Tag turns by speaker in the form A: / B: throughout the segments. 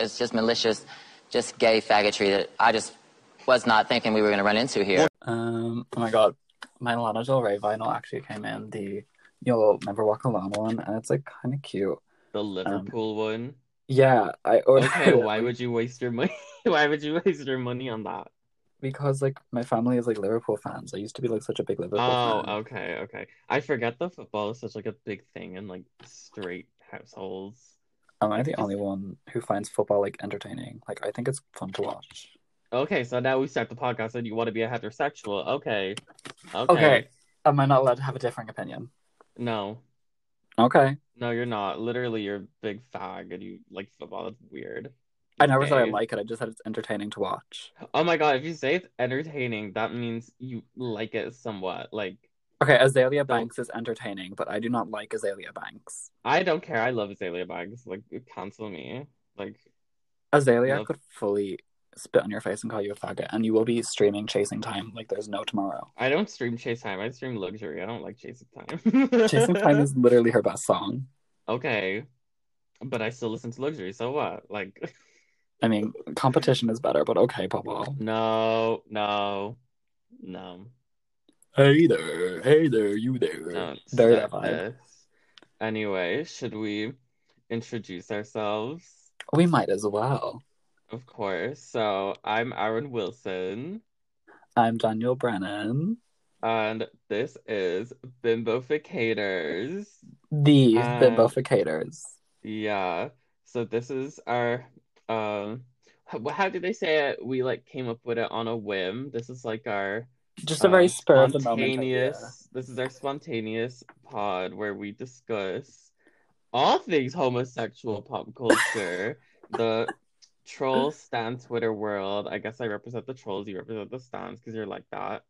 A: It's just malicious, just gay faggotry that I just was not thinking we were going to run into here.
B: Um, oh my god, my Lana Del Rey vinyl actually came in the you'll never walk alone one, and it's like kind of cute.
C: The Liverpool one.
B: Yeah, I ordered
C: Okay,
B: it
C: why would you waste your money? why would you waste your money on that?
B: because like my family is like Liverpool fans. I used to be like such a big Liverpool
C: Oh,
B: fan.
C: okay, okay. I forget that football is such like a big thing in like straight households.
B: Am I the only one who finds football like entertaining? Like I think it's fun to watch.
C: Okay, so now we start the podcast and you want to be a heterosexual. Okay. Okay.
B: Okay. Am I not allowed to have a differing opinion?
C: No.
B: Okay.
C: No, you're not. Literally, you're a big fag and you like football. That's weird.
B: I never said I
C: Okay.
B: like it. I just said it's entertaining to watch.
C: Oh my god, if you say it's entertaining, that means you like it somewhat. Like,
B: Okay, Azalea Banks is entertaining, but I do not like Azalea Banks.
C: I don't care. I love Azalea Banks. Like, cancel me. Like,
B: Azalea
C: Nope.
B: could fully spit on your face and call you a faggot, and you will be streaming Chasing Time like there's no tomorrow.
C: I don't stream Chase Time. I stream Luxury. I don't like Chasing Time.
B: Chasing Time is literally her best song.
C: okay, but I still listen to Luxury. So what? Like,
B: I mean, competition is better, but okay, Paul.
C: no, no, no,
B: Hey there, hey there, you there.
C: no.
B: There that
C: stop
B: vibe.
C: this. Anyway, should we introduce ourselves?
B: We might as well.
C: Of course. So I'm Aaron Wilson,
B: I'm Daniel Brennan,
C: and this is Bimboficators.
B: the
C: Uh,
B: Bimboficators.
C: Yeah. So this is our um how, how did they say it? We like came up with it on a whim. This is like our
B: Just a very
C: um,
B: spur of the moment. idea.
C: spontaneous this is our spontaneous pod where we discuss all things homosexual pop culture. The troll stan Twitter world. I guess I represent the trolls, you represent the stans because you're like that.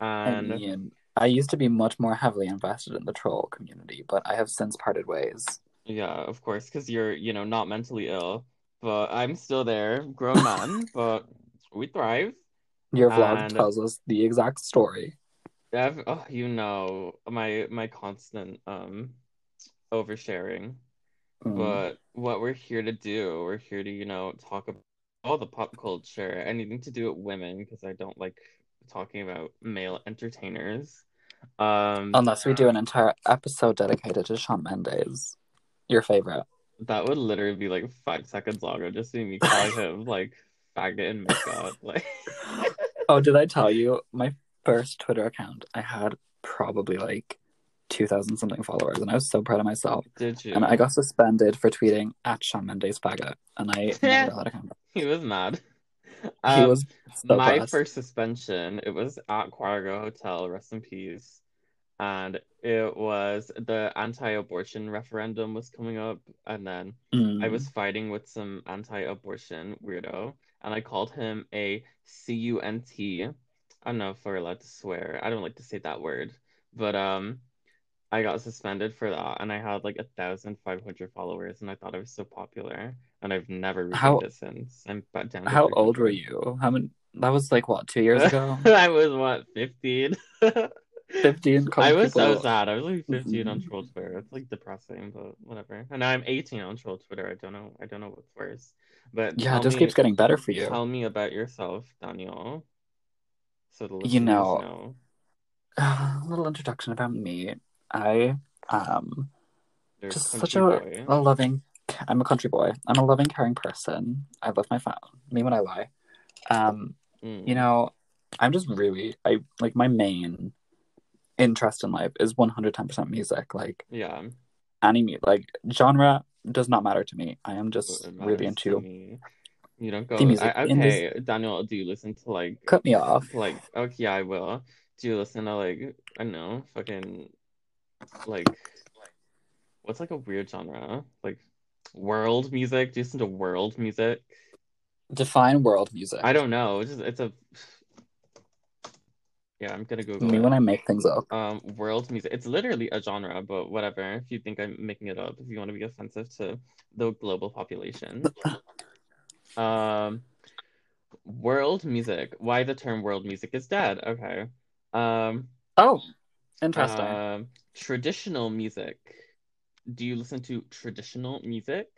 B: I
C: And
B: mean, I used to be much more heavily invested in the troll community, but I have since parted ways.
C: Yeah, of course, because you're, you know, not mentally ill, but I'm still there, grown man, but we thrive.
B: Your vlog
C: And-
B: tells us the exact story.
C: Ev- oh, you know, my my constant um oversharing.
B: Mm.
C: But what we're here to do, we're here to, you know, talk about all the pop culture, anything to do with women, because I don't like talking about male entertainers. Um,
B: Unless we do an entire episode dedicated to Shawn Mendes, your favorite.
C: That would literally be like five seconds longer, just see me call him like faggot and makeup. Like,
B: Oh, did I tell you my first Twitter account? I had probably like two thousand something followers, and I was so proud of myself.
C: did you?
B: And I got suspended for tweeting at Shawn Mendes faggot, and I never had a account.
C: He was mad.
B: he
C: Um,
B: was so
C: my
B: pissed.
C: first suspension. It was at Quargo Hotel, rest in peace, and it was the anti-abortion referendum was coming up, and then
B: Mm.
C: I was fighting with some anti-abortion weirdo, and I called him a cunt. I don't know if we're allowed to swear. I don't like to say that word, but um, I got suspended for that, and I had like a thousand five hundred followers, and I thought I was so popular, and I've never regained
B: How-
C: it since. I'm back down. to
B: How old were
C: 300.
B: you? How many? That was like what two years ago.
C: I was what fifteen.
B: Fifteen.
C: I was so
B: people-
C: sad. I was like 15 on
B: Mhm.
C: troll Twitter. It's like depressing, but whatever. And I'm 18 on troll Twitter. I don't know. I don't know what's worse. But
B: Yeah,
C: tell
B: it just
C: me,
B: keeps getting better for you.
C: Tell me about yourself, Daniel. So the listeners
B: You know-
C: know.
B: a little introduction about me. I um, am
C: You're a
B: just
C: country
B: such a, a
C: boy.
B: loving. I'm a country boy. I'm a loving, caring person. I love my family. Me when I lie. Um,
C: Mm.
B: you know, I'm just really. I like my main interest in life is 110% music. Like
C: Yeah.
B: any mu- like genre does not matter to me. I am just
C: it matters
B: really
C: to
B: into.
C: me. You don't go.
B: The music
C: I,
B: in this-
C: okay, Daniel, do you listen to like
B: Cut me off.
C: like okay yeah, I will. Do you listen to like I don't know, fucking like what's like a weird genre? Like world music? Do you listen to world music?
B: Define world music.
C: I don't know. It's just it's a Yeah, I'm gonna Google
B: Me
C: it.
B: when I make things up.
C: um world music. It's literally a genre, but whatever. If you think I'm making it up, if you want to be offensive to the global population. um world music. Why the term world music is dead. Okay. Um
B: Oh, interesting.
C: um, traditional music. Do you listen to traditional music?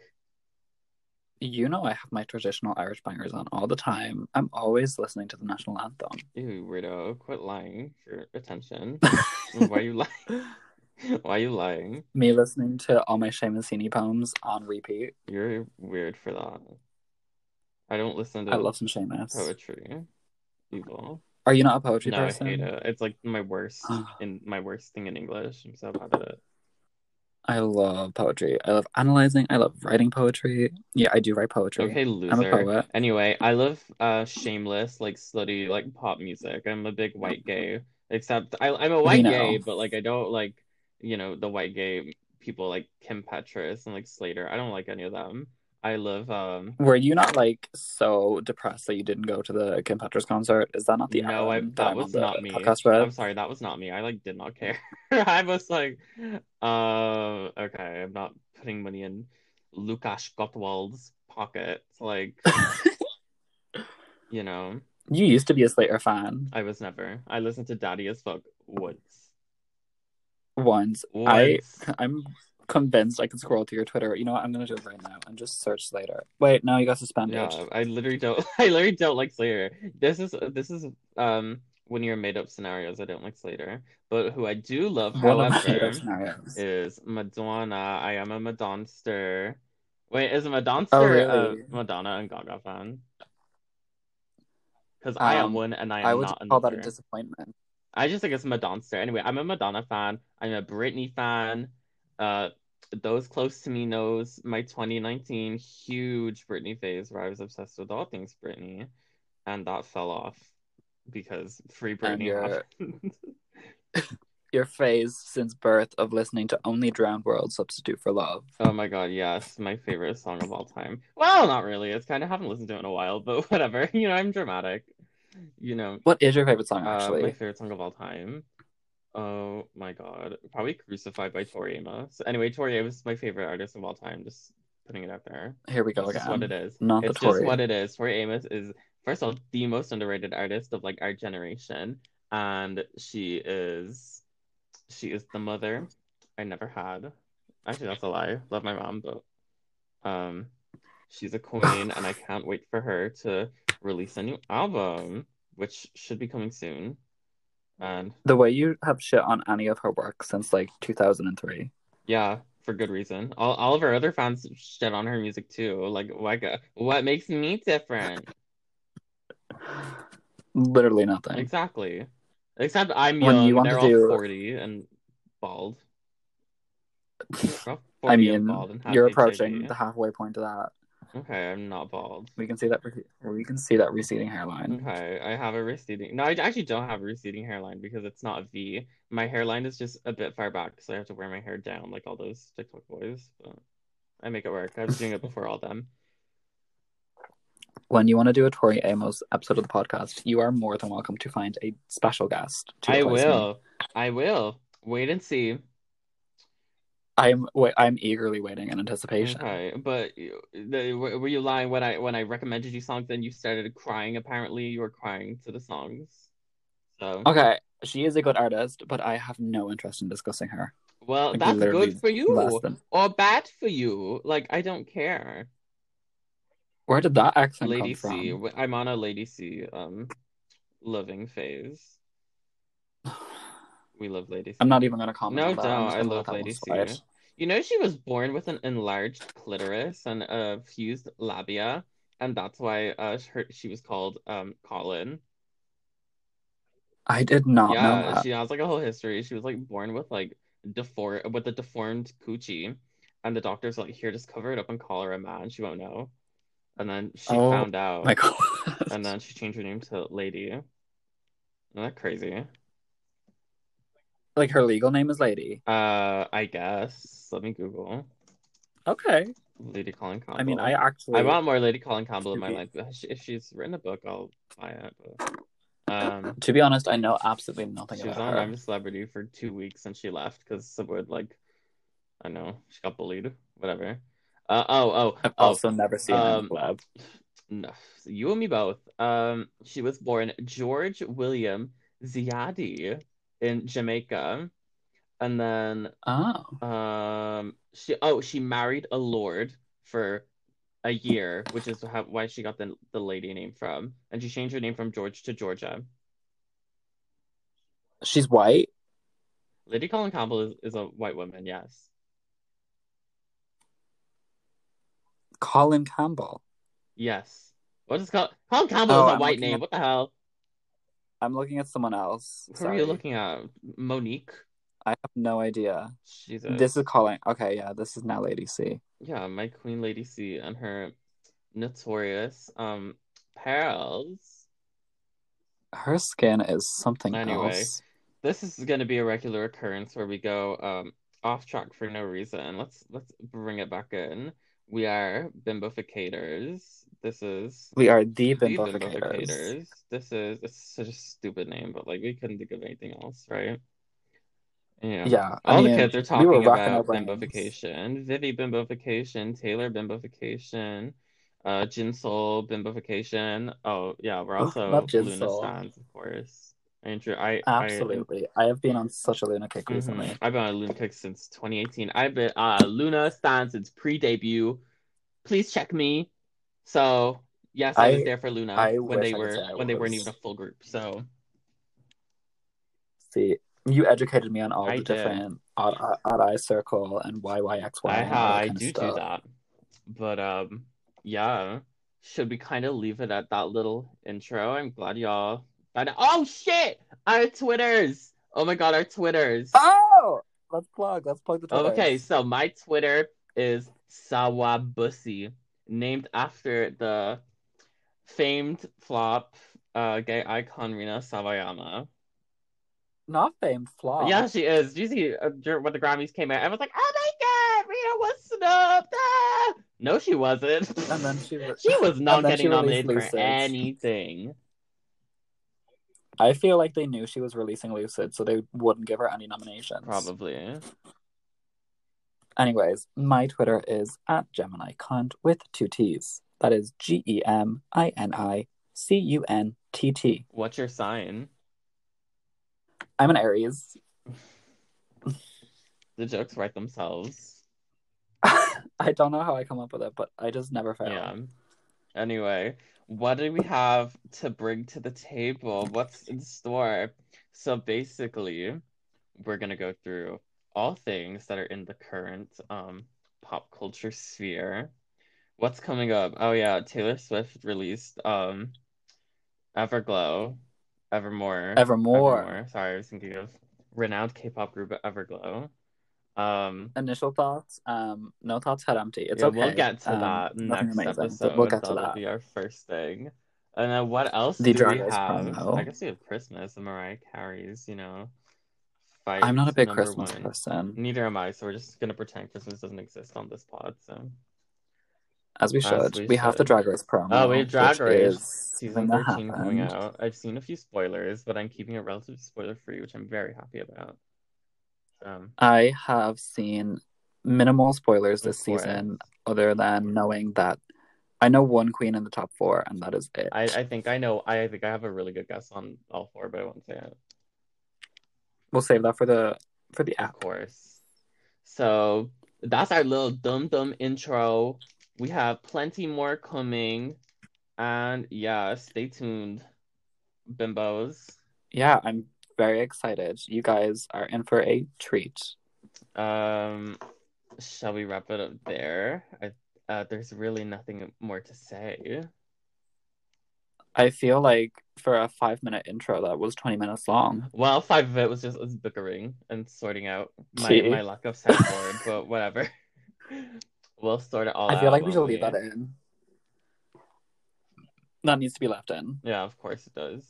B: you know I have my traditional Irish bangers on all the time. I'm always listening to the national anthem.
C: You weirdo, quit lying for attention. Why you lying? Why you lying?
B: Me listening to all my Seamus Heaney poems on repeat.
C: You're weird for that. I don't listen to
B: I love some Seamus.
C: poetry. Evil.
B: Are you not a poetry
C: Oh, No,
B: person?
C: I hate it. It's like my worst in my worst thing in English. I'm so bad at it.
B: I love poetry. I love analyzing. I love writing poetry. Yeah, I do write poetry.
C: Okay,
B: I'm a
C: loser.
B: poet.
C: Anyway, I love uh shameless, like slutty, like pop music. I'm a big white gay. Except I I'm a white
B: know.
C: gay, but like I don't like, you know, the white gay people like Kim Petras and like Slater. I don't like any of them. I love um
B: Were you not like so depressed that you didn't go to the Kim Petras concert? Is that not the
C: no, I
B: album
C: that
B: I'm
C: was
B: on the
C: not me.
B: podcast
C: I'm
B: with?
C: sorry, that was not me. I like did not care. I was like, uh okay, I'm not putting money in Lukasz Gottwald's pocket. Like, you know.
B: You used to be a Slater fan
C: I was never. I listened to Daddy as Fuck once.
B: once. I
C: Once.
B: I'm convinced I can scroll to your Twitter. You know what? I'm gonna do it right now and just search Slater. Wait, no, you got suspended.
C: yeah, I literally don't. I literally don't like Slater. This is this is um when you're made up scenarios. I don't like Slater, but who I do love,
B: One of my
C: however,
B: favorite scenarios.
C: is Madonna. I am a Madonster. Wait, is Madonster
B: Oh, really?
C: a Madonna and Gaga fan? Because I am
B: Um,
C: one and I am
B: I would
C: not
B: call that a
C: another.
B: disappointment.
C: I just think it's Madonster. Anyway, I'm a Madonna fan. I'm a Britney fan. Uh, those close to me knows my 2019 huge Britney phase where I was obsessed with all things Britney, and that fell off because free
B: And
C: Britney
B: you're-
C: happened.
B: Your phase since birth of listening to only Drowned World substitute for love.
C: Oh my God, yes, my favorite song of all time. Well, not really. It's kind of haven't listened to it in a while, but whatever. You know, I'm dramatic. You know,
B: What is your favorite song
C: uh, my
B: actually?
C: favorite song of all time. Oh my God. Probably Crucified by Tori Amos. Anyway, Tori Amos is my favorite artist of all time. Just putting it out there.
B: Here we go
C: It's just what
B: again.
C: it is.
B: Not the
C: It's just
B: Tory.
C: what it is. Tori Amos is, first of all, the most underrated artist of like our generation. And she is, she is the mother I never had. Actually, that's a lie. Love my mom, but um, she's a queen, and I can't wait for her to release a new album, which should be coming soon. And
B: The way you have shit on any of her work since like 2003.
C: Yeah, for good reason. All all of her other fans shit on her music too. Like, what what makes me different?
B: Literally nothing.
C: Exactly. Except I'm
B: When you
C: young,
B: want
C: they're
B: to
C: all
B: do-
C: 40 and bald. They're all
B: I
C: 40 and
B: mean,
C: bald and have
B: you're
C: HIV.
B: approaching the halfway point of that.
C: Okay, I'm not bald.
B: We can see that we can see that receding hairline.
C: Okay, I have a receding. No, I actually don't have a receding hairline because it's not a V. My hairline is just a bit far back, so I have to wear my hair down like all those TikTok boys. But I make it work. I was doing it before all them.
B: When you want to do a Tori Amos episode of the podcast, you are more than welcome to find a special guest. To
C: I
B: replace me.
C: will. I will. Wait and see.
B: I'm wait, I'm eagerly waiting in anticipation.
C: Okay, but you- the, were were you lying when I when I recommended you songs and you started crying? Apparently, you were crying to the songs. So,
B: Okay, she is a good artist, but I have no interest in discussing her.
C: well,
B: Like,
C: that's
B: literally
C: good for
B: Less
C: you
B: than
C: or bad for you. Like, I don't care.
B: where did that accent come
C: Lady C,
B: from?
C: w- I'm on a Lady C um loving phase. We love Lady C.
B: I'm not e-, even gonna comment.
C: No,
B: on that. I'm
C: don't.
B: just
C: I
B: gonna let
C: love
B: that one
C: Lady
B: slide.
C: C. You know, she was born with an enlarged clitoris and a fused labia, and that's why uh, her, she was called um Colin.
B: I did not know
C: Yeah,
B: that.
C: she has like a whole history. She was like born with like deform with a deformed coochie, and the doctors were like, "Here, just cover it up and call her a man. She won't know." And then she
B: Oh
C: found out,
B: my god.
C: and then she changed her name to Lady. Isn't that crazy?
B: like her legal name is Lady.
C: Uh, I guess. Let me Google
B: Okay.
C: Lady Colin Campbell.
B: I mean, I actually
C: I want more Lady Colin Campbell in my
B: Creepy.
C: life. If she- if she's written a book, I'll buy it. But, um,
B: to be honest, I know absolutely nothing
C: she was
B: about
C: on
B: her.
C: I'm a Celebrity for two weeks and she left because someone like I know she got bullied. Whatever. Uh, oh oh
B: I've
C: oh.
B: also never seen her
C: um,
B: web.
C: No, you and me both. Um, she was born George William Ziadi in Jamaica, and then
B: Oh.
C: um, she oh she married a lord for a year, which is how, why she got the the lady name from, and she changed her name from George to Georgia.
B: She's white.
C: Lady Colin Campbell is, is a white woman, yes.
B: Colin Campbell.
C: Yes. What is Colin? Colin Campbell
B: Oh,
C: is a
B: I'm
C: white
B: looking
C: name.
B: at-
C: What the hell?
B: I'm looking at someone else.
C: Who are
B: Sorry.
C: you looking at? Monique.
B: I have no idea.
C: She's a
B: This is Colin. Okay, yeah, this is now Lady C.
C: yeah, my queen, Lady C, and her notorious um pearls.
B: Her skin is something
C: Anyway.
B: else.
C: This is going to be a regular occurrence where we go um off track for no reason. Let's let's bring it back in. We are bimboficators. This is
B: We are the
C: the
B: bimboficators.
C: bimboficators. This is it's such a stupid name, but like we couldn't think of anything else, right? Yeah.
B: Yeah, I
C: All the
B: mean,
C: kids are
B: we were
C: talking
B: rocking our
C: about
B: brains.
C: bimbofication, Vivi bimbofication, Taylor bimbofication, uh Jinsol bimbofication. Oh yeah, we're
B: Ooh, love
C: also Luna
B: Jinsol.
C: stands, of course. Andrew, I I
B: Absolutely. I have been on such a Luna kick
C: hmm
B: recently.
C: I've been on Luna Kick since 2018. I've been uh Luna Stan since pre-debut. Please check me. So yes, I was
B: I
C: there for Luna
B: I
C: when they
B: wish I could say
C: were
B: I
C: when they weren't even a
B: was.
C: full group. So
B: See, you educated me on all
C: I
B: the
C: did.
B: different odd, odd, odd eye circle and YYXY
C: I
B: and all
C: ha
B: that
C: I
B: kind of
C: do do
B: stuff.
C: that. But um yeah. Should we kind of leave it at that little intro? I'm glad y'all I know- Oh shit! Our Twitters! Oh my god, our Twitters.
B: Oh, let's plug. Let's plug the
C: Okay,
B: Twitters.
C: so my Twitter is Sawabussy, named after the famed flop uh, gay icon Rina Sawayama.
B: Not famed
C: Yeah,
B: flop.
C: she is. Do you see uh, dur- when the Grammys came out? I was like, oh my god, Rina was snubbed. ah!" No, she wasn't.
B: And then she re-
C: she was
B: and
C: not
B: then she
C: getting
B: released
C: nominated for
B: Lucid.
C: anything.
B: I feel like they knew she was releasing Lucid, so they wouldn't give her any nominations.
C: Probably.
B: Anyways, my Twitter is at Gemini Cunt with two T's. That is G E M I N I C U N T T.
C: What's your sign?
B: I'm an Aries.
C: The jokes write themselves.
B: I don't know how I come up with it, but I just never fail.
C: Yeah. Anyway, what do we have to bring to the table? What's in store? So basically, we're gonna go through all things that are in the current um pop culture sphere. What's coming up? Oh yeah, Taylor Swift released um Everglow, Evermore,
B: Evermore.
C: Evermore. Sorry, I was thinking of renowned K-pop group Everglow. Um,
B: Initial thoughts. Um, no thoughts, head empty. It's
C: yeah, we'll
B: okay.
C: get to
B: Um,
C: that
B: nothing
C: next
B: amazing, but we'll
C: episode.
B: get to
C: That'll
B: that.
C: be our first thing. And then what else
B: The
C: do
B: Drag
C: we
B: Race
C: have? I
B: promo.
C: guess we have Christmas and Mariah Carey's, you know,
B: I'm
C: fight
B: not a big
C: number
B: Christmas
C: one.
B: person,
C: Neither am I, so we're just gonna pretend Christmas doesn't exist on this pod, so
B: as we
C: as
B: should.
C: we
B: We have the
C: should.
B: Drag Race
C: Oh, we have
B: promo,
C: Drag
B: which
C: Race
B: is
C: season
B: something that
C: 13 coming
B: happened.
C: out. I've seen a few spoilers, but I'm keeping it relatively spoiler free, which I'm very happy about. Um,
B: I have seen minimal spoilers
C: of
B: this
C: course.
B: season, other than knowing that I know one queen in the top four, and that is
C: I,
B: it.
C: I think I know I think I have a really good guess on all four, but I won't say it.
B: We'll save that for the for the
C: Of
B: app.
C: course. So that's our little dum dum intro. We have plenty more coming. And yeah, stay tuned, bimbos.
B: Yeah, I'm very excited. You guys are in for a treat.
C: Um, shall we wrap it up there? I, uh, there's really nothing more to say.
B: I feel like for a five minute intro that was twenty minutes long.
C: Well, five of it was just us bickering and sorting out my my
B: Gee.
C: lack of soundboard, but whatever. We'll sort it all
B: I feel
C: out,
B: like we should
C: won't
B: leave that
C: we?
B: in. That needs to be left in.
C: Yeah, of course it does.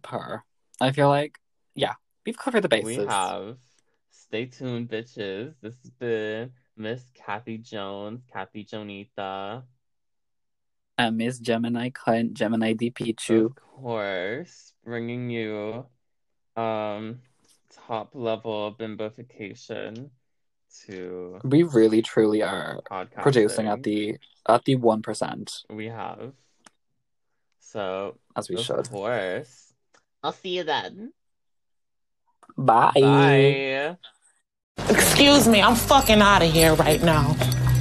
B: Per. I feel like yeah, we've covered the
C: We
B: bases.
C: have. Stay tuned, bitches. This has been Miss Kathy Jones, Kathy Jonita.
B: And Miss Gemini Cunt, Gemini D Pichu.
C: Of course, bringing you um top level bimbofication to
B: We really truly are producing at
C: podcasting.
B: the at the one percent
C: We have. So,
B: as we
C: of
B: should.
C: course. I'll see you then.
B: Bye.
C: Bye.
D: Excuse me, I'm fucking out of here right now.